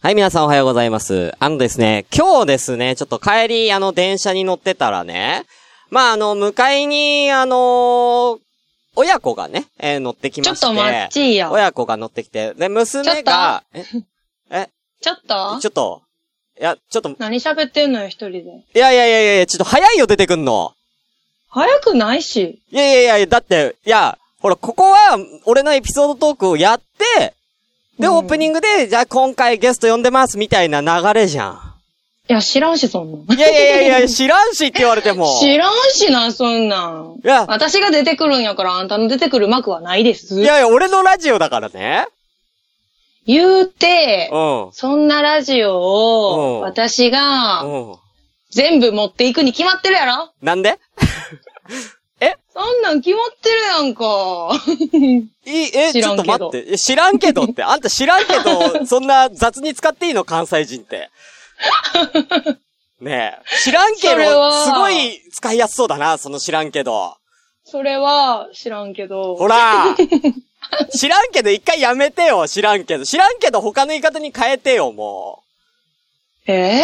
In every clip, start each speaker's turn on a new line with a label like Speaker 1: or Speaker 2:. Speaker 1: はい、皆さんおはようございます。あのですね、今日ですね、ちょっと帰り、あの、電車に乗ってたらね、まあ、あの、向かいに、あの、親子がね、えー乗ってきま
Speaker 2: ちょ
Speaker 1: して。
Speaker 2: っと待っちいよ。
Speaker 1: 親子が乗ってきて、で、娘が、え、
Speaker 2: ちょっと
Speaker 1: ちょっと、いや、ちょっと、
Speaker 2: 何喋ってんのよ、一人で。
Speaker 1: いやいやいやいや、ちょっと早いよ、出てくんの。
Speaker 2: 早くないし。
Speaker 1: いやいやいや、だって、いや、ほら、ここは、俺のエピソードトークをやって、で、
Speaker 2: うん
Speaker 1: オープニングで、じゃあ今回ゲスト呼んでます、みたいな流れじゃん。
Speaker 2: いや、知らんし、そんなん。
Speaker 1: いやいやいやいや、知らんしって言われても。
Speaker 2: 知らんしな、そんなん。
Speaker 1: いや
Speaker 2: 私が出てくるんやから、あんたの出てくる幕はないです。
Speaker 1: いやいや、俺のラジオだからね。
Speaker 2: 言うて
Speaker 1: う、ん。うん。
Speaker 2: そんなラジオ
Speaker 1: うん
Speaker 2: を、私が、全部持っていくに決まってるやろ
Speaker 1: なんで
Speaker 2: そんなん決まってるやんか。
Speaker 1: いい、え、
Speaker 2: 知
Speaker 1: ち
Speaker 2: ら
Speaker 1: ょっ
Speaker 2: んけ
Speaker 1: と
Speaker 2: ど
Speaker 1: 待って。いや知らんけどって。あんた知らんけ ど、そんな雑に使っていいの関西人って。ねえ。知らんけど
Speaker 2: それ、は
Speaker 1: すごい使いやすそうだな、その知らんけど。
Speaker 2: それは、知らんけど。
Speaker 1: ほ ら知らんけど一回やめてよ、知らんけど。知らんけど他の言い方に変えてよ、も
Speaker 2: え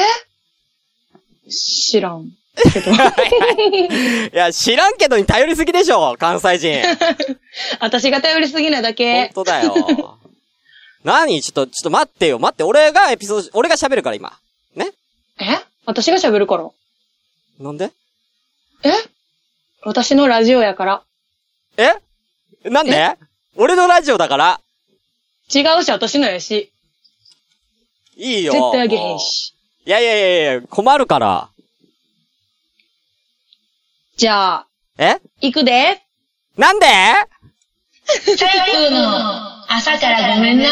Speaker 2: ー知らん。
Speaker 1: う。いや、知らんけどに頼りすぎでしょ、関西人。
Speaker 2: 私が頼りすぎなだ
Speaker 1: 本
Speaker 2: け。
Speaker 1: 当だよ。 何ちょっと、ちょっと待ってよ、待って。俺がエピソード、俺が喋るから今。
Speaker 2: え私が喋るから。
Speaker 1: なんで
Speaker 2: え私のラジオやから。
Speaker 1: えなんで俺のラジオだから。
Speaker 2: 違うし、私のやし。
Speaker 1: いいよ。
Speaker 2: 絶対あげへんし。
Speaker 1: もう。いやいやいやいや、困るから。
Speaker 2: じゃあ、
Speaker 1: え
Speaker 2: 行くで。
Speaker 1: なんで
Speaker 3: タイプの朝からごめんな。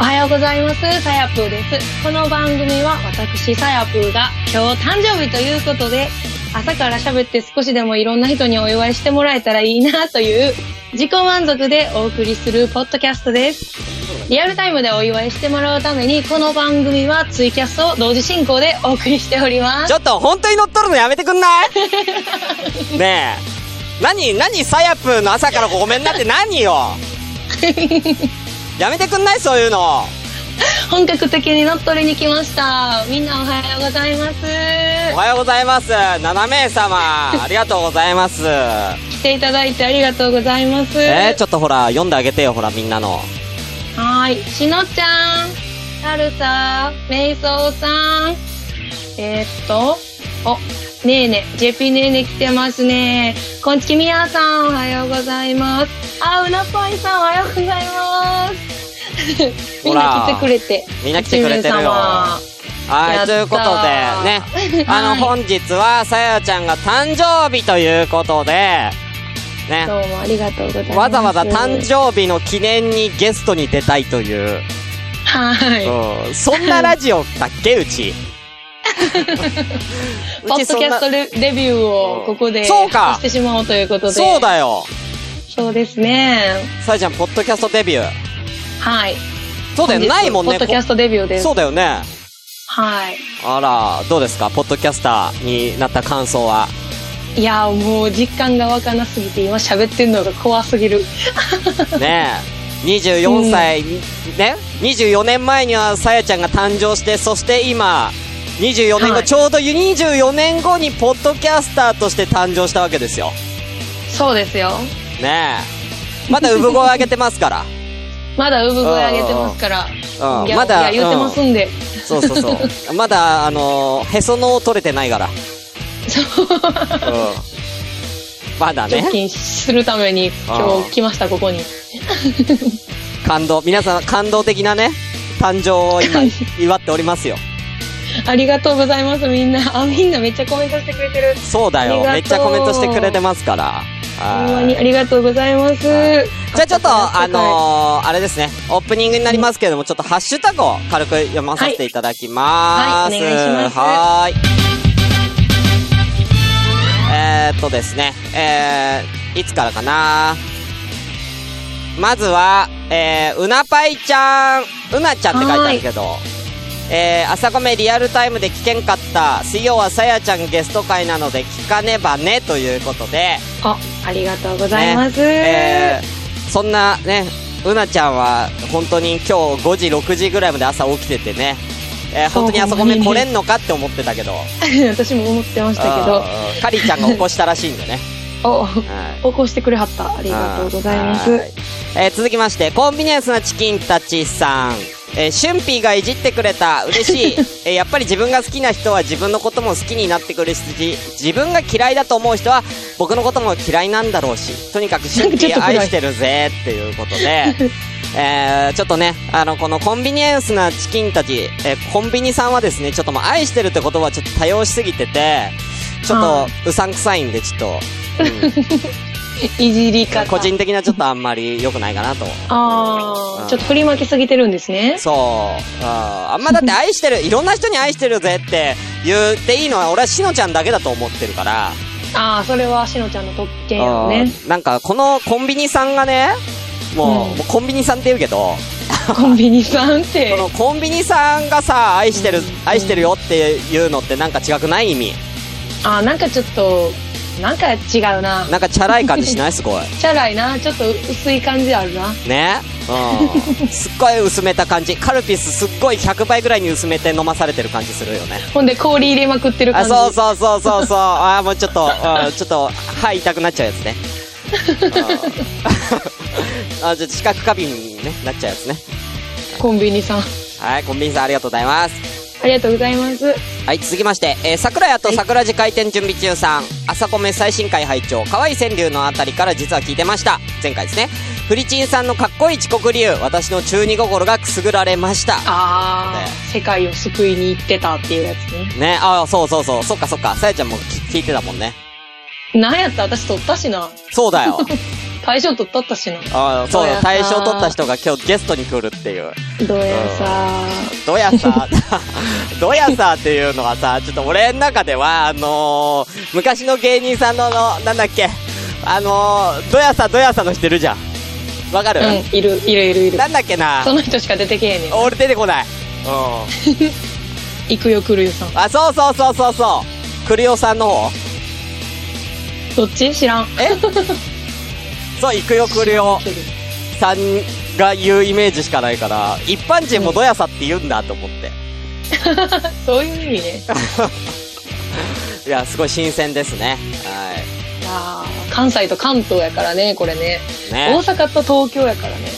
Speaker 2: おはようございます。さやぷーです。この番組は私、さやぷーが今日誕生日ということで、朝から喋って少しでもいろんな人にお祝いしてもらえたらいいなという自己満足でお送りするポッドキャストです。リアルタイムでお祝いしてもらうために、この番組はツイキャストを同時進行でお送りしております
Speaker 1: ち。ょっと本当に乗っとるのやめてくんない ねえ。何、何、サヤプーの朝からごめんなって何 よやめてくんないそういうの。
Speaker 2: 本格的に乗っ取りに来ました。みんなおはようございます。
Speaker 1: おはようございます。7名様、ありがとうございます。
Speaker 2: 来ていただいてありがとうございます。
Speaker 1: えー、ちょっとほら、読んであげてよ、ほら、みんなの。
Speaker 2: はーい。しのちゃん、サルサ、メイソウさん。えー、っと、お、ねえね、JP ねえね来てますね。こんちきみやさん、おはようございます。あ、うなぽいさん、おはようござい ます。みんな来てくれて。
Speaker 1: みんな来てくれてるよ
Speaker 2: 一名様
Speaker 1: は
Speaker 2: や
Speaker 1: い、
Speaker 2: ったー、
Speaker 1: ということで、ね あの、
Speaker 2: はい
Speaker 1: 本日は、さやちゃんが誕生日ということで、ね、
Speaker 2: どうもありがとうございます。
Speaker 1: わざわざ誕生日の記念にゲストに出たいという、
Speaker 2: はい。
Speaker 1: うん、そんなラジオだっけ、う ち。う
Speaker 2: ポ
Speaker 1: ち
Speaker 2: ッ
Speaker 1: そ
Speaker 2: ド
Speaker 1: ん
Speaker 2: キャ
Speaker 1: な
Speaker 2: ストレレビューをここで
Speaker 1: そうか
Speaker 2: してしまおうということで。
Speaker 1: そう。だよ。
Speaker 2: そうですね。
Speaker 1: さやちゃん、ポッドキャストデビュー。
Speaker 2: はい。
Speaker 1: そうだよ、
Speaker 2: 本日
Speaker 1: ないもんね。
Speaker 2: ポッドキャストデビューです。
Speaker 1: そうだよね。
Speaker 2: はい。
Speaker 1: あら、どうですかポッドキャスターになった感想は。
Speaker 2: いやーもう実感がわかなすぎて今喋ってんのが怖すぎる。
Speaker 1: ねえ。24歳、ね ?24 年前にはさやちゃんが誕生して、そして今、24年後、
Speaker 2: はい
Speaker 1: ちょうど24年後にポッドキャスターとして誕生したわけですよ。
Speaker 2: そうですよ。
Speaker 1: ねえ。まだ産声上げてますから。
Speaker 2: まだ産声上げてますから。
Speaker 1: うん
Speaker 2: いや
Speaker 1: まだ
Speaker 2: いや言ってますんで。
Speaker 1: そうそうそう。まだ、あのーへその緒取れてないから。そう。ん。まだ
Speaker 2: 貯
Speaker 1: ね。
Speaker 2: 金するために今日来ました、ここに。
Speaker 1: 感動、皆さん感動的なね、誕生を今、祝っておりますよ。
Speaker 2: ありがとうございます、みんな。あ、みんなめっちゃコメントしてくれてる。
Speaker 1: そうだよ。
Speaker 2: あ
Speaker 1: めっ
Speaker 2: りがと
Speaker 1: ちゃコ
Speaker 2: う
Speaker 1: メントしてくれてますから。
Speaker 2: ほ
Speaker 1: は
Speaker 2: んま
Speaker 1: い
Speaker 2: にありがとうございます。
Speaker 1: はいじゃあちょっと、あ
Speaker 2: は
Speaker 1: のー、あれですね、オープニングになりますけれども、ちょっとハッシュタグを軽く読まさせていただきまーす。
Speaker 2: はいはいお願いします
Speaker 1: はーい。えー、っとですね、えー、いつからかなまずは、えー、うなぱいちゃん、うなちゃんって書いてあるけど、えー、朝ごめリアルタイムで聞けんかった、水曜はさやちゃんゲスト会なので聞かねばねということで、
Speaker 2: あ、ありがとうございます。
Speaker 1: ねえーそんなねうなちゃんは本当に今日5時6時ぐらいまで朝起きててね、えー
Speaker 2: そう
Speaker 1: 本当にあそこ
Speaker 2: ほ
Speaker 1: め
Speaker 2: んまにね
Speaker 1: 来れんのかって思ってたけど
Speaker 2: 私も思ってましたけど。
Speaker 1: うんカリちゃんが起こしたらしいんでね
Speaker 2: お、
Speaker 1: はい
Speaker 2: 起こしてくれはった。ありがとうございます。
Speaker 1: はいえー続きましてコンビニエンスなチキンたちさんえー、シュンピーがいじってくれた嬉 しい、えーやっぱり自分が好きな人は自分のことも好きになってくるし自分が嫌いだと思う人は僕のことも嫌いなんだろうしとに かくシュンピー愛してるぜっていうことでえーちょっとねあのこのコンビニエンスなチキンたち、えーコンビニさんはですねちょっともう愛してるって言葉はちょっと多用しすぎててちょっ
Speaker 2: は
Speaker 1: とうさんくさいんでちょっと、う ん
Speaker 2: いじり方。
Speaker 1: 個人的にはちょっとあんまり良くないかなと。
Speaker 2: あ
Speaker 1: う
Speaker 2: あ
Speaker 1: ん、
Speaker 2: ちょっと振り負けすぎてるんですね。
Speaker 1: そう。あーあんまだって愛して る、いろんな人に愛してるぜって言っていいのは俺はしのちゃんだけだと思ってるから。
Speaker 2: ああ、それはしのちゃんの特権やろね。
Speaker 1: うんなんかこのコンビニさんがね、もう、
Speaker 2: うん
Speaker 1: もうコンビニさんって言うけど、
Speaker 2: コンビニさんっ
Speaker 1: こ
Speaker 2: て。
Speaker 1: のコンビニさんがさ、愛してる、愛してるよっていうのってなんか違くない意味。
Speaker 2: ああ、なんかちょっと、なんか違うな。
Speaker 1: なんかチャラい感じしないすごい。
Speaker 2: チャラいな。ちょっと薄い感じあるな。
Speaker 1: ねうん。すっごい薄めた感じ。カルピスすっごい100倍ぐらいに薄めて飲まされてる感じするよね。
Speaker 2: ほんで氷入れまくってる感
Speaker 1: あ
Speaker 2: じ。
Speaker 1: そうそうそうそうそうあーもうちょっ とうんちょっと歯痛くなっちゃうやつね あーあちょっと視覚過敏に、ね、なっちゃうやつね
Speaker 2: コンビニさん。
Speaker 1: はいコンビニさんありがとうございます
Speaker 2: ありがとうございます。
Speaker 1: はい続きまして、えー、桜屋と桜寺開店準備中さん、朝コメ最新回拝聴可愛い川柳のあたりから実は聞いてました前回ですねフリチンさんのかっこいい遅刻理由私の中二心がくすぐられました
Speaker 2: あ
Speaker 1: ね
Speaker 2: あ、世界を救いに行ってたっていうやつね。
Speaker 1: ねああそうそうそうそっかそっかさやちゃんも聞聞いてたもんね
Speaker 2: なんやった私取ったしな。
Speaker 1: そうだよ
Speaker 2: 大賞取ったったしな。
Speaker 1: あーそうだ
Speaker 2: どやさー
Speaker 1: 大賞取った人が今日ゲストに来るっていう
Speaker 2: どうやさ
Speaker 1: ドヤ さー、ドヤさーっていうのはさ、ちょっと俺の中では、あのー、昔の芸人さんの、あのなんだっけ、あのー、ドヤさー、ドヤさーのしてるじゃん。わかる、
Speaker 2: うん、いる、いるいるいる。
Speaker 1: なんだっけな
Speaker 2: そ、の人しか出てけえねん。
Speaker 1: 俺出てこない。う
Speaker 2: 行くよ、くるよさん。
Speaker 1: ん。あ、そうそうそうそうそう。クリオさんの方
Speaker 2: どっち知らん。
Speaker 1: そう、行くよクリオ
Speaker 2: 知らんけど
Speaker 1: さんが言うイメージしかないから、一般人もドヤさーって言うんだと思って。
Speaker 2: そういう意味ね。
Speaker 1: いや、すごい新鮮ですね。はい。
Speaker 2: あー関西と関東やからね、これね。
Speaker 1: ね
Speaker 2: 大阪と東京やからね。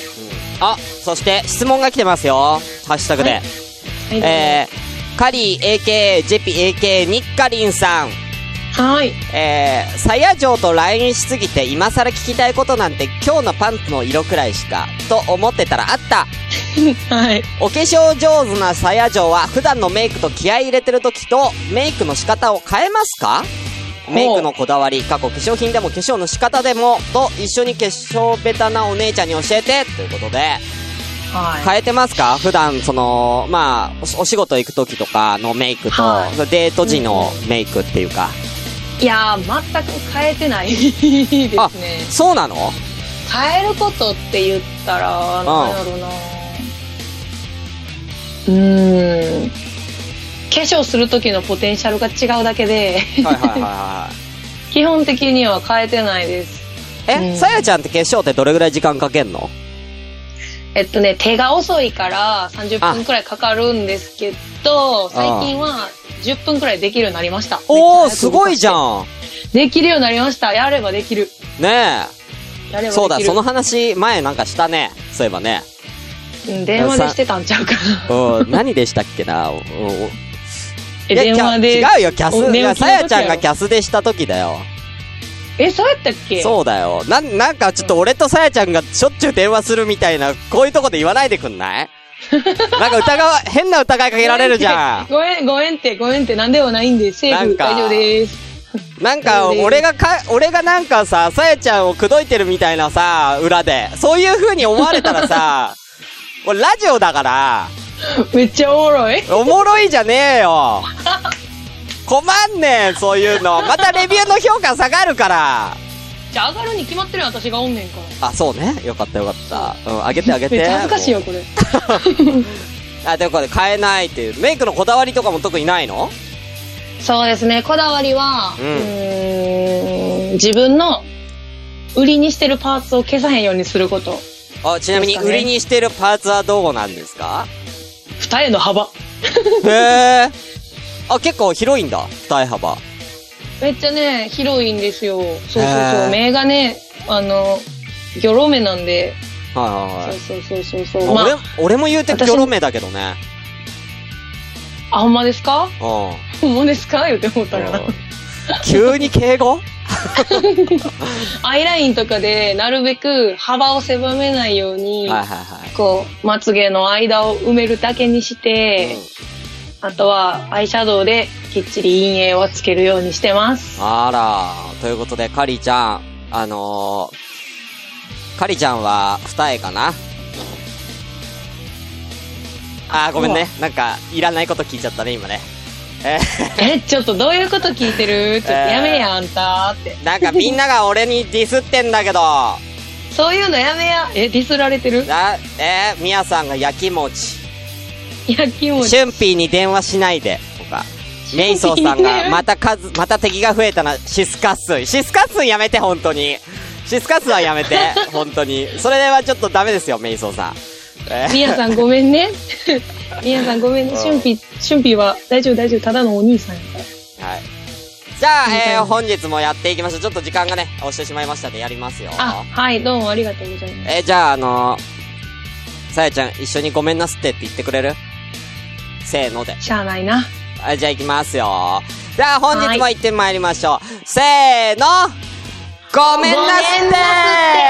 Speaker 1: あ、そして質問が来てますよ。ハッシュタグで。
Speaker 2: はいはい。
Speaker 1: えー、カリー AKA、ジェピ AKA、ニッカリンさん。
Speaker 2: はい。
Speaker 1: えー、サヤ嬢と LINE しすぎて今更聞きたいことなんて今日のパンツの色くらいしか、と思ってたらあった。
Speaker 2: はい。
Speaker 1: お化粧上手なサヤ嬢は普段のメイクと気合い入れてる時とメイクの仕方を変えますかメイクのこだわり、過去化粧品でも化粧の仕方でも、と一緒に化粧ベタなお姉ちゃんに教えて、ということで。
Speaker 2: はい。
Speaker 1: 変えてますか普段、その、まあ、お仕お仕事行く時とかのメイクと、
Speaker 2: は
Speaker 1: デート時のメイクっていうか。
Speaker 2: いやー、全く変えてない です
Speaker 1: あ
Speaker 2: ね。
Speaker 1: そうなの
Speaker 2: 変えることって言ったら、なんやろな。うーん。化粧する時のポテンシャルが違うだけで、
Speaker 1: はいはいはいは
Speaker 2: 基本的には変えてないです。
Speaker 1: い。
Speaker 2: う
Speaker 1: え、
Speaker 2: ん
Speaker 1: さやちゃんって化粧ってどれぐらい時間かけんの
Speaker 2: えっとね、手が遅いから30分くらいかかるんですけど、最近は10分くらいできるようになりました。
Speaker 1: おー、
Speaker 2: めっちゃ
Speaker 1: す
Speaker 2: 早く動
Speaker 1: ご
Speaker 2: か
Speaker 1: い
Speaker 2: して
Speaker 1: じゃん。
Speaker 2: できるようになりました。やればできる。
Speaker 1: ね
Speaker 2: やればでき
Speaker 1: え。
Speaker 2: る。
Speaker 1: そうだ、その話、前なんかしたね。そういえばね。
Speaker 2: うん電話でしてたんちゃうかな。
Speaker 1: うん、何でしたっけな。おお
Speaker 2: え、
Speaker 1: いや
Speaker 2: 電話で。
Speaker 1: キャ違うよ、キャス。
Speaker 2: お
Speaker 1: い
Speaker 2: 電
Speaker 1: や
Speaker 2: 話
Speaker 1: さやちゃん
Speaker 2: 聞いた時や
Speaker 1: が
Speaker 2: ろ
Speaker 1: キャスでした時だよ。
Speaker 2: え、そうやったっけ
Speaker 1: そうだよ。 なん、なんかちょっと俺とさやちゃんがしょっちゅう電話するみたいな、こういうとこで言わないでくんないなんか疑わ、変な疑いかけられるじゃん。
Speaker 2: ごめん、ごめんって、ごめんって、なんでもないんで、セー
Speaker 1: なん
Speaker 2: フ、
Speaker 1: か
Speaker 2: 大丈夫です。
Speaker 1: なんか、俺がか、俺がなんかさ、さやちゃんを口説いてるみたいなさ、裏で。そういう風に思われたら さ、俺ラジオだから、
Speaker 2: めっちゃおもろい。
Speaker 1: おもろいじゃねえよ。困んねえ、そういうの。またレビューの評価下がるから。
Speaker 2: じゃあ上がるに決まってるよ私がおんねんから。
Speaker 1: あ、そうね。よかったよかった。うん、あげてあげて。
Speaker 2: めっちゃ恥ずかしいよ、これ。
Speaker 1: あ、ということで変えないっていう。メイクのこだわりとかも特にないの
Speaker 3: そうですね、こだわりは、
Speaker 1: う
Speaker 3: うんーん、自分の、
Speaker 2: 売りにしてるパーツを消さへんようにすること。
Speaker 1: あ、ちなみに
Speaker 2: ですか
Speaker 1: 売
Speaker 2: ね
Speaker 1: りにしてるパーツはどうなんです か
Speaker 2: 二重の幅。
Speaker 1: へえ。あ、結構広いんだ。二重幅。
Speaker 2: めっちゃね、広いんですよ。そうそう
Speaker 1: へ
Speaker 2: そ
Speaker 1: ー
Speaker 2: う。目がね、あの、魚ロ目なんで。
Speaker 1: はいはいはい。
Speaker 2: そうそうそうそうそう。
Speaker 1: あ
Speaker 2: ま
Speaker 1: 俺
Speaker 2: あ、
Speaker 1: 俺も言うて
Speaker 2: 私
Speaker 1: ギョロ目だけどね。
Speaker 2: あ、ほんまです
Speaker 1: う
Speaker 2: か
Speaker 1: ん。
Speaker 2: ほんまですか言うて思ったから。
Speaker 1: 急に敬語
Speaker 2: アイラインとかで、なるべく幅を狭めないよう
Speaker 1: はい
Speaker 2: に、
Speaker 1: はいはい。
Speaker 2: こう、まつげの間を埋めるだけにして、あとはアイシャドウできっちり陰影をつけるようにしてます。
Speaker 1: あら、ということで、カリちゃん、あのー、カリちゃんは二重かなあー、ごめんね。なんか、いらないこと聞いちゃったね、今ね。え
Speaker 2: え、ちょっとどういうこと聞いてるちょっとやめや、あんたって。
Speaker 1: ー、なんかみんなが俺にディスってんだけど、
Speaker 2: そういうのやめや。え、ディスられてる
Speaker 1: な、えー、みやさんが焼き餅、
Speaker 2: 焼きも
Speaker 1: シュンピーに電話しないで、とか。メイソーさんが、また数、また敵が増えたな、シスカッスン。シスカッスンやめて、本当に。シスカッスンはやめて、本当に。それはちょっとダメですよ、メイソーさん。え
Speaker 2: みやさんごめんね。 みやさんごめんね。しゅんぴ、しゅんぴは大丈夫大丈夫。ただのお兄さんやから。
Speaker 1: はい。じゃあ、
Speaker 2: いいか
Speaker 1: えー
Speaker 2: よ
Speaker 1: 本日もやっていきましょう。ちょっと時間がね、押してしまいましたんで、やりますよ。
Speaker 2: あ、はい、どうもありがとうございます。
Speaker 1: えーじゃあ、あのーさやちゃん、一緒にごめんなすってって言ってくれるせーので。
Speaker 2: しゃあないな。
Speaker 1: はい、じゃあ行きますよ。じゃあ本日も行ってまいりましょう。せーのごめんなす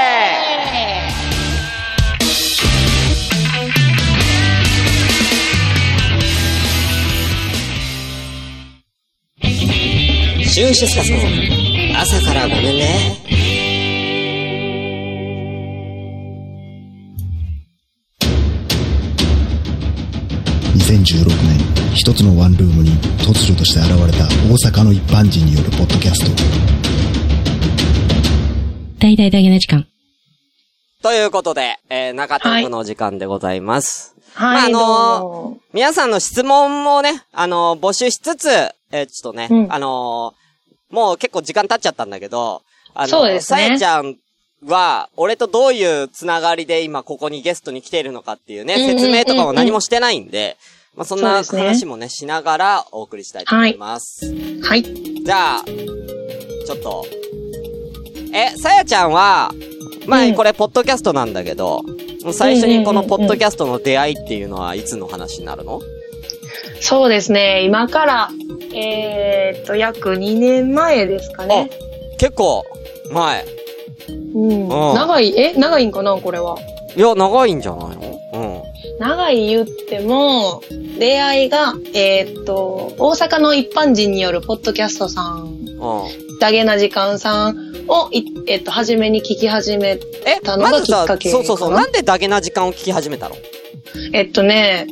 Speaker 1: ってシュンシュスカスの朝からごめんね。
Speaker 4: 2016年一つのワンルームに突如として現れた大阪の一般人によるポッドキャスト
Speaker 5: 大々大げな時間。
Speaker 1: ということで、えー、中トークのお時間でございます。
Speaker 2: はい、
Speaker 1: まああのー
Speaker 2: どうも。
Speaker 1: 皆さんの質問もね、あのー募集しつつ、えーちょっとね、
Speaker 2: うん
Speaker 1: あのーもう結構時間経っちゃったんだけど、あのー
Speaker 2: そうですね
Speaker 1: さえちゃんは、俺とどういうつながりで今ここにゲストに来ているのかっていうね、
Speaker 2: うんうんうんうん
Speaker 1: 説明とかも何もしてないんで、まあ、そんな
Speaker 2: そうですね
Speaker 1: 話もねしながらお送りしたいと思います。
Speaker 2: はい。
Speaker 1: じゃあ、ちょっと。え、さやちゃんは、まあ、
Speaker 2: うん
Speaker 1: これ、ポッドキャストなんだけど、最初にこの
Speaker 2: うんうんうんう
Speaker 1: ポッ
Speaker 2: ん
Speaker 1: ドキャストの出会いっていうのはいつの話になるの
Speaker 2: そうですね、今から、えーっと、約2年前ですかね。
Speaker 1: 結構、前。
Speaker 2: うん。
Speaker 1: あ
Speaker 2: 長い、え、長いんかなこれは。
Speaker 1: いや、長いんじゃないの
Speaker 2: 長い言っても、出会いが、えーっと、大阪の一般人によるポッドキャストさん
Speaker 1: うん。うん。
Speaker 2: ダゲな時間さんをい、えっと、初めに聞き始め、
Speaker 1: え、
Speaker 2: たのが
Speaker 1: まず
Speaker 2: き
Speaker 1: さ
Speaker 2: っか、け
Speaker 1: そうそうそう、
Speaker 2: かな
Speaker 1: なんでダゲな時間を聞き始めたの
Speaker 2: えっとね、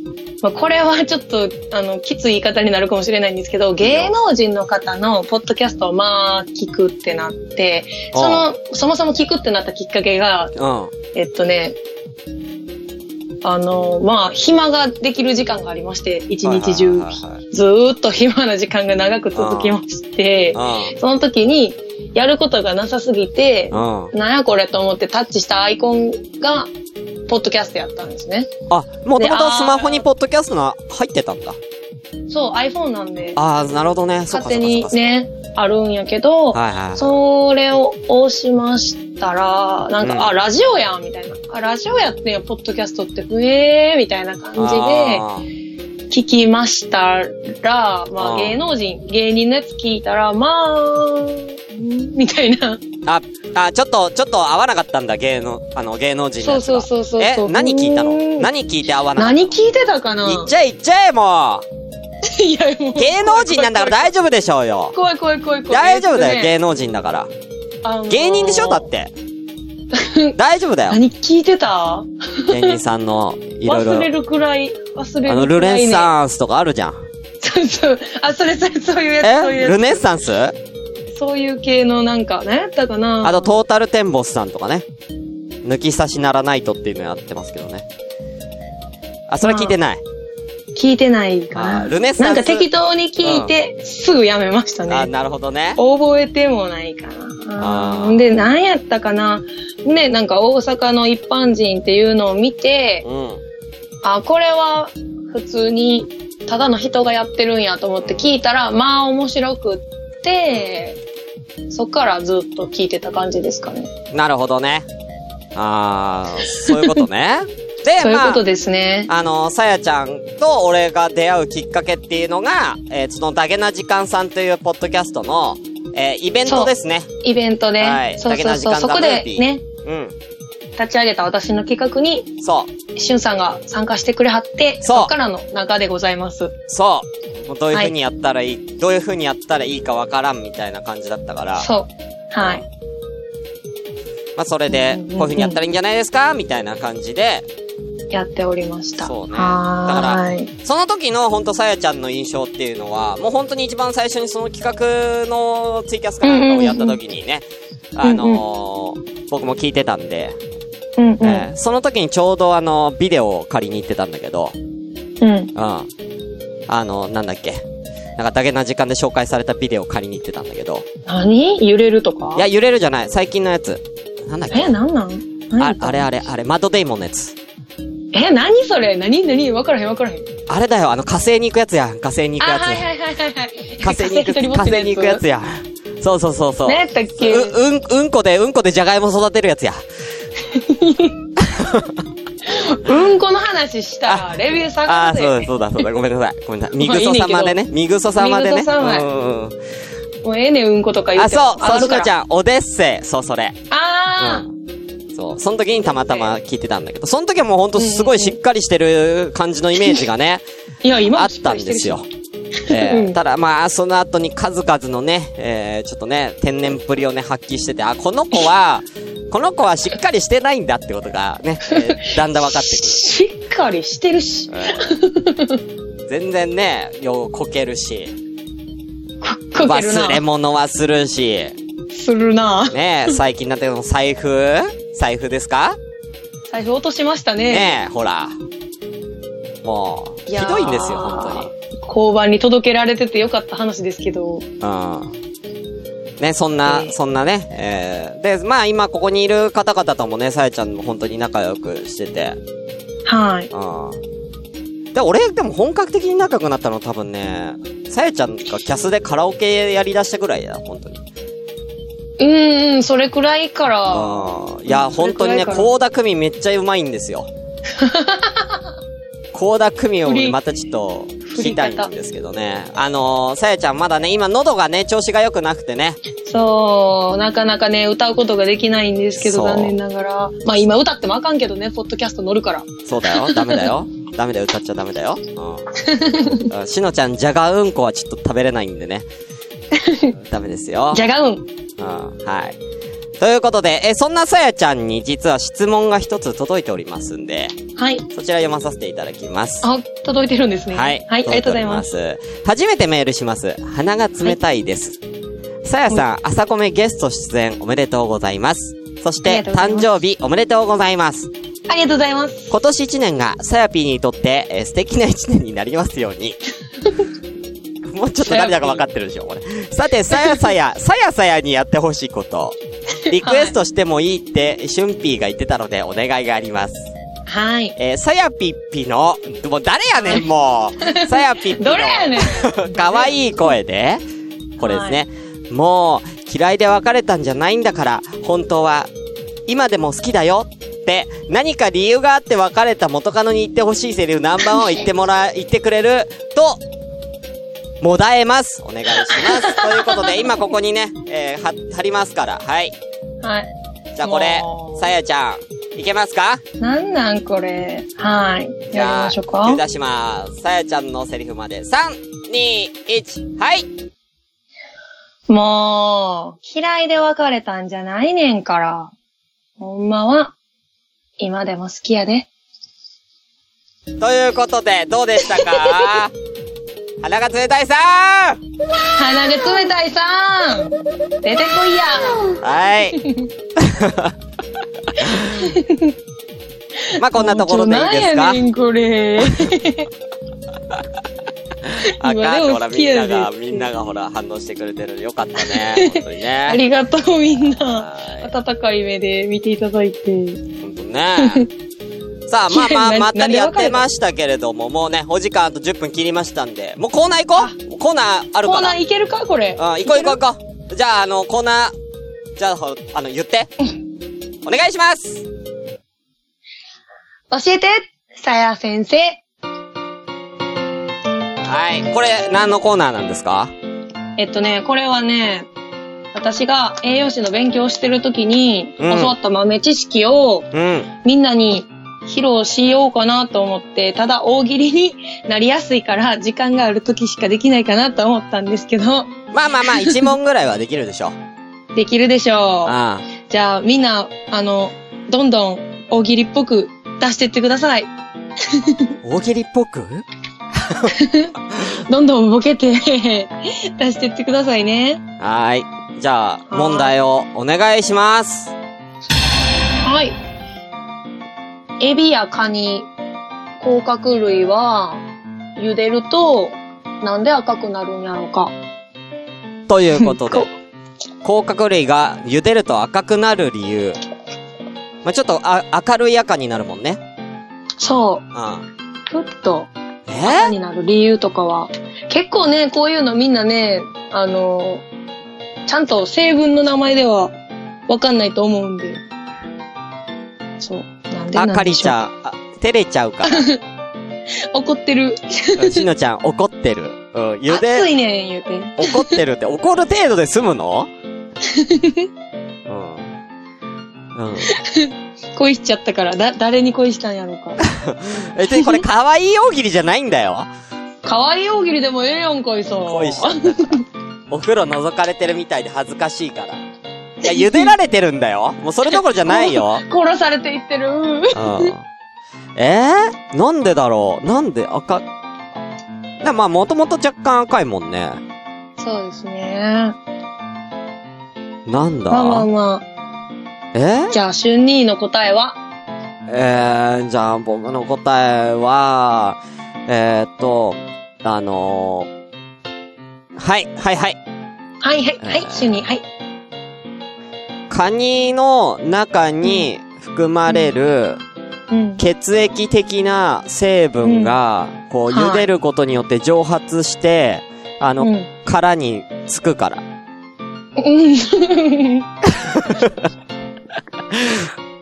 Speaker 2: まあ、これはちょっと、あの、きつい言い方になるかもしれないんですけど、芸能人の方のポッドキャストをまあ、聞くってなって、その、そもそも聞くってなったきっかけが、
Speaker 1: うん。
Speaker 2: えっとね、あの、まあ、暇ができる時間がありまして、一日中、
Speaker 1: はいはいはいはい
Speaker 2: ずーっと暇な時間が長く続きまして、その時に、やることがなさすぎて、
Speaker 1: うん。うん。
Speaker 2: なんやこれと思ってタッチしたアイコンが、ポッドキャストやったんですね。
Speaker 1: あ、もと
Speaker 2: で
Speaker 1: も
Speaker 2: あ
Speaker 1: と
Speaker 2: ー
Speaker 1: スマホにポッドキャストの入ってたんだ。
Speaker 2: そう、iPhone なんで、
Speaker 1: あー、なるほどね。そう
Speaker 2: 勝
Speaker 1: かそ
Speaker 2: 手
Speaker 1: うか
Speaker 2: に
Speaker 1: そうか
Speaker 2: ね、あるんやけど、
Speaker 1: はいはい。
Speaker 2: それを押しましたら、なんか、
Speaker 1: うん
Speaker 2: あ、ラジオやんみたいな。あ、ラジオやってんや、ポッドキャストって、えーみたいな感
Speaker 1: じで。
Speaker 2: じで、聞きましたら、ま
Speaker 1: あ
Speaker 2: あ
Speaker 1: ー
Speaker 2: 芸能人、芸人のやつ聞いたら、まあ、んみたいな。
Speaker 1: あ、あ、ちょっと、ちょっと合わなかったんだ、芸能、あの、芸能人のやつが
Speaker 2: そうそうそうそう
Speaker 1: え
Speaker 2: そう、
Speaker 1: 何聞いた
Speaker 2: うー
Speaker 1: の
Speaker 2: ん
Speaker 1: 何聞いて合わなかった
Speaker 2: 何聞いてたかな
Speaker 1: 言っちゃえ言っちゃえ、もう
Speaker 2: いや、もう。
Speaker 1: 芸能人なんだから大丈夫でしょうよ
Speaker 2: 怖い怖い怖い怖い。
Speaker 1: 大丈夫だよ、
Speaker 2: えっ
Speaker 1: 芸能人だから。
Speaker 2: とねあのー
Speaker 1: 芸人でしょだって。大丈夫だよ。
Speaker 2: 何聞いてた
Speaker 1: 芸人さんの、いろい
Speaker 2: 忘れ
Speaker 1: ろ。
Speaker 2: るくらい、忘れるくらい、ね。
Speaker 1: あの、ルネッ
Speaker 2: ん。
Speaker 1: サンスとかあるじゃん。
Speaker 2: そうそう。あ、それそれ、そういうやつ、そうい
Speaker 1: え
Speaker 2: う
Speaker 1: ル
Speaker 2: や
Speaker 1: ネッサンス
Speaker 2: つ。そういう系のなんか、何やったかな
Speaker 1: あと、トータルテンボスさんとかね。抜き差しならないとっていうのやってますけどね。あ、それ聞いてない。
Speaker 2: 聞いてないか
Speaker 1: あ
Speaker 2: な。
Speaker 1: ールネッサ
Speaker 2: な
Speaker 1: ン
Speaker 2: ん
Speaker 1: ス。
Speaker 2: か適当に聞いて、すぐやめました
Speaker 1: あ、
Speaker 2: ね。
Speaker 1: なるほどね。
Speaker 2: 覚えてもないか
Speaker 1: あ
Speaker 2: な。
Speaker 1: ー
Speaker 2: で、何やったかな。ね、なんか大阪の一般人っていうのを見て、
Speaker 1: うん。
Speaker 2: あ、これは普通に、ただの人がやってるんやと思って聞いたら、まあ面白くって、そっからずっと聞いてた感じですかね。
Speaker 1: なるほどね。あー、そういうことね。で、
Speaker 2: そういう
Speaker 1: ま
Speaker 2: こ
Speaker 1: あ
Speaker 2: と、ですね。
Speaker 1: あの、さやちゃんと俺が出会うきっかけっていうのが、えーその、ダゲな時間さんというポッドキャストの、えーイベントですね。
Speaker 2: イベントで、
Speaker 1: はい
Speaker 2: そうそうそ
Speaker 1: だ
Speaker 2: う、
Speaker 1: け
Speaker 2: そ
Speaker 1: な時間
Speaker 2: こ
Speaker 1: が
Speaker 2: で
Speaker 1: ムービー
Speaker 2: ね、
Speaker 1: うん。
Speaker 2: 立ち上げた私の企画に、
Speaker 1: そう。
Speaker 2: しゅんさんが参加してくれはって、
Speaker 1: そう
Speaker 2: そっからの中でございます。
Speaker 1: そう。もうどういう風にやったらいい、どういう風にやったらいいかわからんみたいな感じだったから、
Speaker 2: そう。はい。
Speaker 1: まあそれで
Speaker 2: うんうん、う
Speaker 1: こうい
Speaker 2: ん
Speaker 1: う風にやったらいいんじゃないですかみたいな感じで、
Speaker 2: やっておりました。
Speaker 1: そうね
Speaker 2: はーい。
Speaker 1: その時のほんとさやちゃんの印象っていうのは、もう本当に一番最初にその企画のツイキャスかなんかをやった時にね、あのー、僕も聞いてたんで、
Speaker 2: うんうん。
Speaker 1: えーその時にちょうどあの、ビデオを借りに行ってたんだけど、う
Speaker 2: うん。
Speaker 1: ん。あの、なんだっけ。なんか、だけな時間で紹介されたビデオを借りに行ってたんだけど。
Speaker 2: 何揺れるとか
Speaker 1: いや、揺れるじゃない。最近のやつ。なんだっけ
Speaker 2: え、。なんなん何
Speaker 1: ああれあれあれ、マッドデイモンのやつ。
Speaker 2: え、何それ何何わからへんわからへん。
Speaker 1: あれだよ、あの、火星に行くやつや。火星に行く
Speaker 2: あ、
Speaker 1: やつ。
Speaker 2: はいはいはいは いはい。
Speaker 1: 火星に行く、
Speaker 2: 火
Speaker 1: 火星に行くやつや。そうそうそうそう。
Speaker 2: 何やったっけ
Speaker 1: う、うん、うんこで、うんこでじゃがいも育てるやつや。
Speaker 2: うんこの話したら、レビュー下
Speaker 1: あ
Speaker 2: が
Speaker 1: あ
Speaker 2: る
Speaker 1: ー、そうだ、。
Speaker 2: ぜ
Speaker 1: そうだ、そうだ。ごめんなさい。ごめんなさい。ミ
Speaker 2: ま
Speaker 1: グ
Speaker 2: あいい
Speaker 1: ソ
Speaker 2: ねんけど
Speaker 1: 様でね。ミグソ様でね。
Speaker 2: ミグソ様
Speaker 1: うんうんうん。
Speaker 2: もうええねん、うんことか言
Speaker 1: あ、
Speaker 2: うても。
Speaker 1: そう、そう、ル
Speaker 2: るか
Speaker 1: カ
Speaker 2: ら
Speaker 1: ちゃん、オデッセイ。そう、それ。
Speaker 2: あー。
Speaker 1: そう。その時にたまたま聞いてたんだけど、その時はもうほんとすごいしっかりしてる感じのイメージがね、
Speaker 2: いや、今
Speaker 1: あ
Speaker 2: も
Speaker 1: っ
Speaker 2: しったか
Speaker 1: ん
Speaker 2: りし
Speaker 1: で
Speaker 2: てる
Speaker 1: す
Speaker 2: し
Speaker 1: よ。。え
Speaker 2: う
Speaker 1: ー、
Speaker 2: ん
Speaker 1: ただまあ、その後に数々のね、えー、ちょっとね、天然っぷりをね、発揮してて、あ、この子 は、この子はしっかりしてないんだってことがね、えーだんだん分かってくる。
Speaker 2: しっかりしてるし。
Speaker 1: 全然ね、ようこけるし、
Speaker 2: こける
Speaker 1: 忘れ
Speaker 2: な。
Speaker 1: 物はするし、
Speaker 2: するな。
Speaker 1: ねえ、最近だっての財布財布ですか
Speaker 2: 財布落としましたね。
Speaker 1: ねえ、ほら。もう、ひ
Speaker 2: やー
Speaker 1: どいんですよ、本当に。。
Speaker 2: 交番に届けられててよかった話ですけど。
Speaker 1: うん。ね、そんな、
Speaker 2: えー
Speaker 1: そんなね、えー、で、まあ今ここにいる方々ともね、さやちゃんも本当に仲良くしてて、
Speaker 2: はい。
Speaker 1: うん。で、俺、でも本格的に仲良くなったの多分ね、さやちゃんがキャスでカラオケやりだしたぐらいだよ、本当に。
Speaker 2: うんうん、それくらいから。
Speaker 1: うん。いや、
Speaker 2: そ
Speaker 1: 本
Speaker 2: れ
Speaker 1: 当
Speaker 2: く
Speaker 1: に
Speaker 2: ら
Speaker 1: ね、
Speaker 2: いかな
Speaker 1: 高田久美めっちゃうまいんです よ。高田久美をねまたちょっと聞きたいんですけどね。あのー、さやちゃんまだね、今喉がね、調子が良くなくてね。
Speaker 2: そう、なかなかね、歌うことができないんですけど、
Speaker 1: そう
Speaker 2: 残念ながら。まあ今歌ってもあかんけどね、ポッドキャスト乗るから。
Speaker 1: そうだよ。ダメだ よ。ダメだよ。歌っちゃダメだよ。うん。しのちゃん、じゃがうんこはちょっと食べれないん でね。ダメですよ。
Speaker 2: じゃがうん。
Speaker 1: うん。はい。ということで、え、そんなさやちゃんに実は質問が一つ届いておりますんで、
Speaker 2: はい。
Speaker 1: そちら読まさせていただきます。
Speaker 2: あ、届いてるんですね。
Speaker 1: はい。
Speaker 2: はい、ありがとうございます。
Speaker 1: す。初めてメールします。鼻が冷たいです。さやさん、朝コメゲスト出演おめでとうございます。そし
Speaker 2: あ
Speaker 1: て、
Speaker 2: りがとうござ
Speaker 1: 誕
Speaker 2: います
Speaker 1: 生日おめでとうございます。
Speaker 2: ありがとうございます。
Speaker 1: 今年一年が、さやぴーにとって、えー素敵な一年になりますように。 もうちょっと涙が分かってるでしょ、これ。さて、さやさや、 さやさやにやってほしいこと。リクエストしてもいいって、しゅんぴーが言ってたので、お願いがあります。
Speaker 2: はい。
Speaker 1: えーさやぴっぴの、もう誰やねん、も う。さやぴっぴの。
Speaker 2: どれやねん。
Speaker 1: かわいい声で、これですね。もう、嫌いで別れたんじゃないんだから、本当は、今でも好きだよって、何か理由があって 別れた元カノに言ってほしいセリフ何番を言ってもら、言ってくれると、もだえます。お願いします。 ということで、今ここにね、えー、は、貼りますから。はい。
Speaker 2: はい。
Speaker 1: じゃあこれ
Speaker 3: お、ー
Speaker 1: さやちゃん、いけますか
Speaker 2: なんなんこれ。はい。
Speaker 1: じ
Speaker 2: やり
Speaker 1: ゃ
Speaker 2: ま
Speaker 1: あ、
Speaker 2: しょう
Speaker 1: 切り
Speaker 2: か。
Speaker 1: 出します。さやちゃんのセリフまで。3、2、1、はい
Speaker 2: もう、嫌いで別れたんじゃないねんから。ほんまは、今でも好きやで。
Speaker 1: ということで、どうでした か鼻が冷たいさん
Speaker 2: 鼻が冷たいさん出てこいや
Speaker 1: はい。 まあこんなところでいいですか
Speaker 2: もうちょなんやねんこれ。
Speaker 1: あか
Speaker 2: 今
Speaker 1: ん
Speaker 2: でも
Speaker 1: ほら
Speaker 2: 好
Speaker 1: み
Speaker 2: き
Speaker 1: ん
Speaker 2: や
Speaker 1: な
Speaker 2: で
Speaker 1: が、みんながほら反応してくれてる。よかった ね。本当に
Speaker 2: あ
Speaker 1: ね。
Speaker 2: りがとうみんな。
Speaker 1: は
Speaker 2: 温かい目で見ていただいて。
Speaker 1: い。本当 ね。さあ、まあまあ、
Speaker 2: な
Speaker 1: まったりやっ
Speaker 2: なんで別れ
Speaker 1: て
Speaker 2: た
Speaker 1: ましたけれども、もうね、お時間あと10分切りましたんで、もうコーナー行こうコーナーある
Speaker 2: コ
Speaker 1: か
Speaker 2: ーナ
Speaker 1: ら。
Speaker 2: ーいけるかこれ。
Speaker 1: うん、行こう行こう行こう。じゃあ、あの、コーナー、じゃあ、ほあの、言 って。お願いします
Speaker 2: 教えてさや先生。
Speaker 1: はい。これ、何のコーナーなんですか
Speaker 2: えっとね、これはね、私が栄養士の勉強をしてる時に、
Speaker 1: うん
Speaker 2: 教わった豆知識を
Speaker 1: うん。
Speaker 2: みんなに披露しようかなと思って、ただ大喜利になりやすいから、時間がある時しかできないかなと思ったんですけど、
Speaker 1: まあまあまあ、一問ぐらいはできるでしょ。
Speaker 2: できるでしょう。
Speaker 1: あ
Speaker 2: じゃあ、みんな、あの、どんどん大喜利っぽく出してってください。
Speaker 1: あ。大喜利っぽく
Speaker 2: どんどんボケて 、出してってくださいね。
Speaker 1: はーい。じゃあ、問題をお願いします。
Speaker 2: はい。エビやカニ、甲殻類は、茹でると、なんで赤くなるんやろうか。
Speaker 1: ということで
Speaker 2: こ、
Speaker 1: 甲殻類が茹でると赤くなる理由。まあ、ちょっと、あ、明るい赤になるもんね。
Speaker 2: そうう。
Speaker 1: ん。
Speaker 2: ふっと、
Speaker 1: え
Speaker 2: 赤になる理由とかは。結構ね、こういうのみんなね、あの、ちゃんと成分の名前ではわかんないと思うんで。そう。なんで
Speaker 1: あ
Speaker 2: なん
Speaker 1: か
Speaker 2: で
Speaker 1: り
Speaker 2: し
Speaker 1: ち
Speaker 2: ょう
Speaker 1: ゃん、あ、照れちゃうから。
Speaker 2: 怒ってる。
Speaker 1: うんしのちゃん怒ってる。うん、茹
Speaker 2: 暑
Speaker 1: で、
Speaker 2: いねん、言うて。
Speaker 1: 怒ってるって怒る程度で済むのうん。うん。
Speaker 2: 恋しちゃったから、だ、誰に恋したんやろうか。
Speaker 1: 別にこれ可愛い大喜利じゃないんだよ。
Speaker 2: 可愛い大喜利でもええやんかいさ。
Speaker 1: 恋しちゃったから。お風呂覗かれてるみたいで恥ずかしいから。いや、茹でられてるんだよ。もうそれどころじゃないよ。
Speaker 2: 殺されていってる。うん
Speaker 1: うん。えー、なんでだろうなんで赤、な、まあ、もともと若干赤いもんね。
Speaker 2: そうですね。
Speaker 1: なんだ、
Speaker 2: まあまあま
Speaker 1: え
Speaker 2: あ。じゃあ、春兄の答えは
Speaker 1: えー、じゃあ僕の答えは、えー、っと、あのー、はい、はい、はい。
Speaker 2: はいはい、はい、
Speaker 1: えー
Speaker 2: 春兄、はい。
Speaker 1: カニの中に含まれる
Speaker 2: うん。
Speaker 1: 血液的な成分が、こう、
Speaker 2: はい
Speaker 1: 茹でることによって蒸発して、あ
Speaker 2: う
Speaker 1: の、
Speaker 2: ん。
Speaker 1: 殻につくから。
Speaker 2: うん。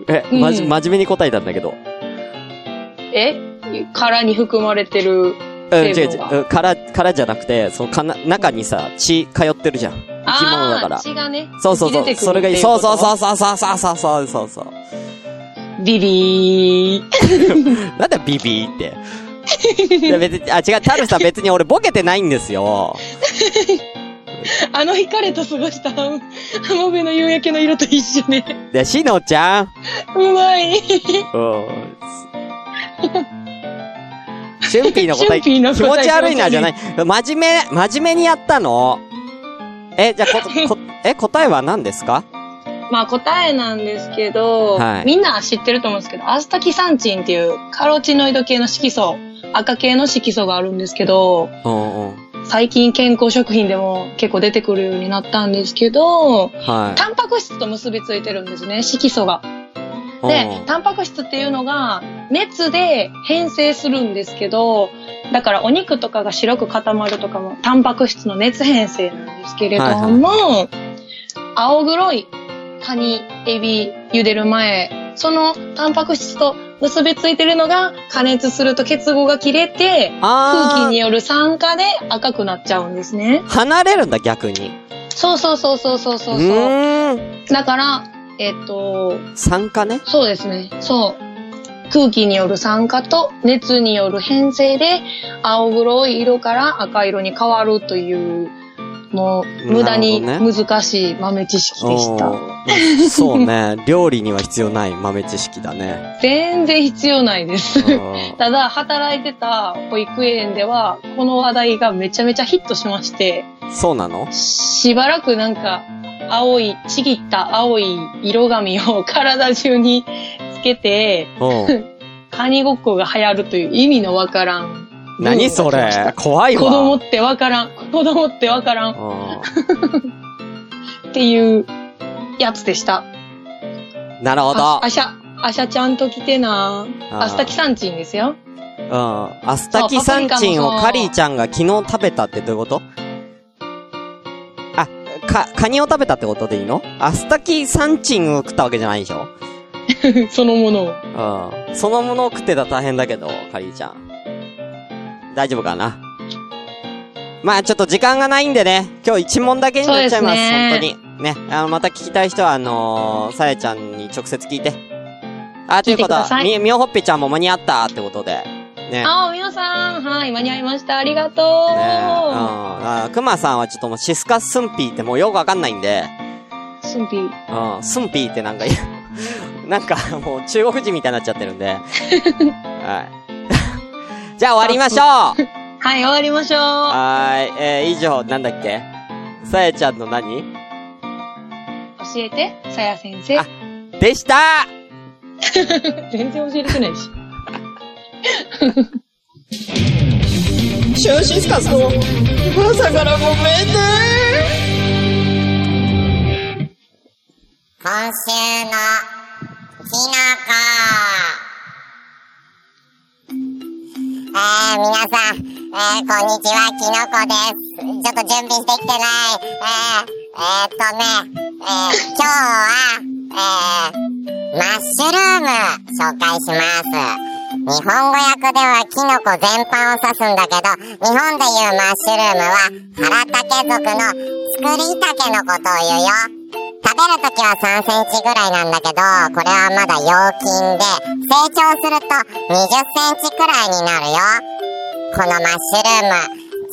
Speaker 1: え、
Speaker 2: うん
Speaker 1: まじ、真面目に答えたんだけど。
Speaker 2: え殻に含まれてる。
Speaker 1: うん、違う違
Speaker 2: 成分が
Speaker 1: う。うん殻、殻じゃなくて、その、かな、中にさ、血通ってるじゃん。生き物だから
Speaker 2: あー血がね。
Speaker 1: そうそうそう。それがいい。そうそうそうそうそうそうそうそうそうそう。
Speaker 2: う。ビビー。
Speaker 1: なんだビビー って。いや別に、あ、違う、タルさん別に俺ボケてないんですよ。
Speaker 2: あの光と過ごした浜辺の夕焼けの色と一緒ね。
Speaker 1: で、しのちゃん。
Speaker 2: うまい。
Speaker 1: うん。シュンピーの答え、
Speaker 2: シュンピーの答え
Speaker 1: 気持ち悪いな、じゃない。真面目、真面目にやったの。え、じゃあ、 こ、こ、え、答えは何ですか
Speaker 2: まあ答えなんですけど、
Speaker 1: はい
Speaker 2: みんな知ってると思うんですけど、アスタキサンチンっていうカロチノイド系の色素、赤系の色素があるんですけど、
Speaker 1: うんうん。
Speaker 2: 最近健康食品でも結構出てくるようになったんですけど、
Speaker 1: は
Speaker 2: タンパク質と結びついてるんですね、色素が。
Speaker 1: い。
Speaker 2: で、タンパク質っていうのが熱で変性するんですけど、だからお肉とかが白く固まるとかもタンパク質の熱変性なんですけれども、青黒いカニ、エビ、茹でる前、そのタンパク質と結びついてるのが加熱すると結合が切れて、空
Speaker 1: あ
Speaker 2: 気に
Speaker 1: ー。
Speaker 2: よる酸化で赤くなっちゃうんですね。
Speaker 1: 離れるんだ、逆に。
Speaker 2: そうそうそうそうそう
Speaker 1: う
Speaker 2: そうそう。
Speaker 1: ーん。
Speaker 2: だから、えっと、
Speaker 1: 酸化ね。
Speaker 2: そうですね。そう。空気による酸化と熱による変性で青黒い色から赤色に変わるという、もう無駄に
Speaker 1: なるほ
Speaker 2: 難しい豆知識でした。
Speaker 1: お ーそうね。料理には必要ない豆知識だね。
Speaker 2: 全然必要ないです。
Speaker 1: うん
Speaker 2: ただ、働いてた保育園では、この話題がめちゃめちゃヒットしまして、
Speaker 1: そうなの
Speaker 2: しばらくなんか、青い、ちぎった青い色紙を体中につけて、
Speaker 1: うん。
Speaker 2: カニごっこが流行るという意味のわからん。
Speaker 1: 何そ
Speaker 2: ブームが来ま
Speaker 1: れ
Speaker 2: し
Speaker 1: 怖い
Speaker 2: た
Speaker 1: わ。
Speaker 2: 子供ってわからん。子供ってわからん。
Speaker 1: う
Speaker 2: っていうやつでした。
Speaker 1: んなるほど
Speaker 2: あ。あしゃ、あしゃちゃんと来てな
Speaker 1: あー
Speaker 2: あしたきさんちんですよ。
Speaker 1: うん。アスタキサンチンをカリーちゃんが昨日食べたってどういうことあ、か、カニを食べたってことでいいのアスタキサンチンを食ったわけじゃないでしょ
Speaker 2: そのものを。
Speaker 1: うん。そのものを食ってたら大変だけど、カリーちゃん。大丈夫かなまあちょっと時間がないんでね、今日一問だけになっちゃいます、
Speaker 2: そうですね
Speaker 1: 本当に。ね、あの、また聞きたい人は、あのー、さやちゃんに直接聞いて。あ、ということ
Speaker 2: 聞いてくださ
Speaker 1: は、
Speaker 2: い
Speaker 1: み、みおほっぺちゃんも間に合ったってことで。ね。
Speaker 2: あー、皆さん、はい、間に合いました。ありがとう。
Speaker 1: ねうん。あ、くまさんはちょっともうシスカスンピーってもうよくわかんないんで、
Speaker 2: スンピー。
Speaker 1: うん、スンピーってなんか 言う、なんかもう中国人みたいになっちゃってるん で。はい。 じゃあ終わりましょう
Speaker 2: はい、終わりましょう。あ
Speaker 1: はーい。えー、以上、なんだっけさやちゃんの何
Speaker 2: 教えて、さや先生
Speaker 1: あ。でした
Speaker 2: 全然教えてくれないし。
Speaker 1: シューシスカスの朝からごめんね
Speaker 5: 今週のきなこ。えー、皆さん、えー、こんにちは、きのこです。ちょっと準備してきてない。えー、えー、っとね、えー、今日は、えー、マッシュルーム紹介します。日本語訳ではキノコ全般を指すんだけど、日本でいうマッシュルームは、原竹属の作り竹のことを言うよ。食べるときは3センチぐらいなんだけど、これはまだ陽菌で、成長すると20センチくらいになるよ。このマッシュルーム、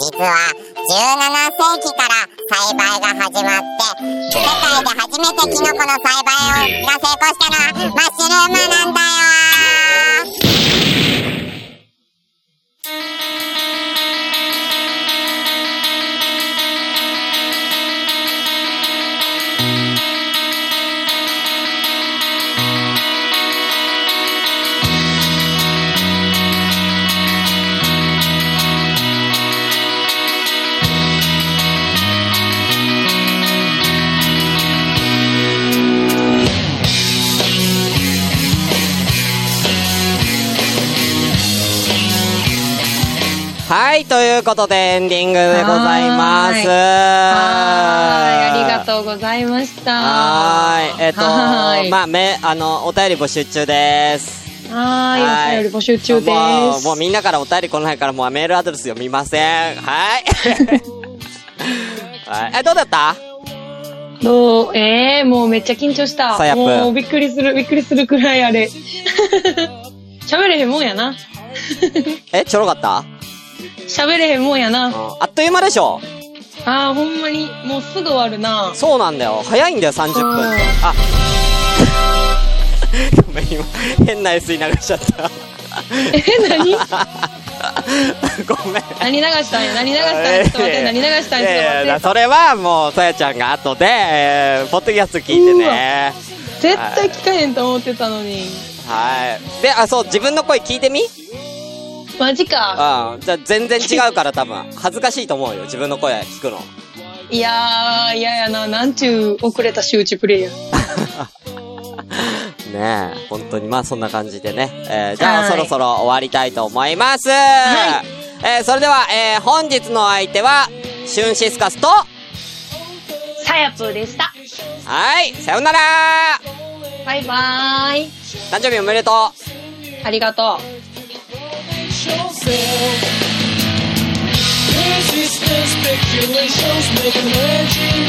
Speaker 5: 実は17世紀から栽培が始まって、世界で初めてキノコの栽培をが成功したのはマッシュルームなんだよ
Speaker 1: はい、ということでエンディングでございます。
Speaker 2: は
Speaker 1: は
Speaker 2: ーい、ありがとうございました。
Speaker 1: はーい。えっ、と
Speaker 2: はーい。
Speaker 1: まあ、め、あの、お便り募集中です。
Speaker 2: はーい、お便り募集中で
Speaker 1: もう、
Speaker 2: す。
Speaker 1: もうみんなからお便り来ないから、もうメールアドレス読みません。 はい。はい。え、どうだった
Speaker 2: どうえー、もうめっちゃ緊張した。
Speaker 1: さやぷ
Speaker 2: もうびっくりする、びっくりするくらいあれ。 喋れへんもんやな。
Speaker 1: え、ちょろかった
Speaker 2: 喋れへんもんやな。
Speaker 1: あっという間でしょ
Speaker 2: あー、ほんまに、もうすぐ終わるな。
Speaker 1: そうなんだよ。早いんだよ、30分
Speaker 2: うん。
Speaker 1: あ、 ごめん、今、変な SE 流しちゃった。
Speaker 2: え、何
Speaker 1: ごめん。
Speaker 2: 何流したんや何流したんやちょっと待って、何流したんやちょっと待
Speaker 1: えー
Speaker 2: って
Speaker 1: だ。それはもう、さやちゃんが後で、えーポッドキャスト聞いて
Speaker 2: うわ
Speaker 1: ね。
Speaker 2: 絶対聞かへんと思ってたのに。
Speaker 1: はい。で、あ、そう、自分の声聞いてみうん。じ
Speaker 2: マジか。
Speaker 1: ゃあ全然違うから多分、恥ずかしいと思うよ、自分の声聞くの。
Speaker 2: いやー、嫌やな。なんちゅう遅れた周知プレイヤー。
Speaker 1: ねえ、本当に、まあそんな感じでね。えーじゃ
Speaker 2: は
Speaker 1: あ
Speaker 2: い
Speaker 1: そろそろ終わりたいと思います。
Speaker 2: はい
Speaker 1: えーそれでは、えー本日の相手は、シュンシスカスと、
Speaker 2: さやぷーでした。
Speaker 1: はい、さようなら
Speaker 2: バイバーイ。
Speaker 1: 誕生日おめでとう
Speaker 2: ありがとう。
Speaker 6: Crazy spin speculations making legends.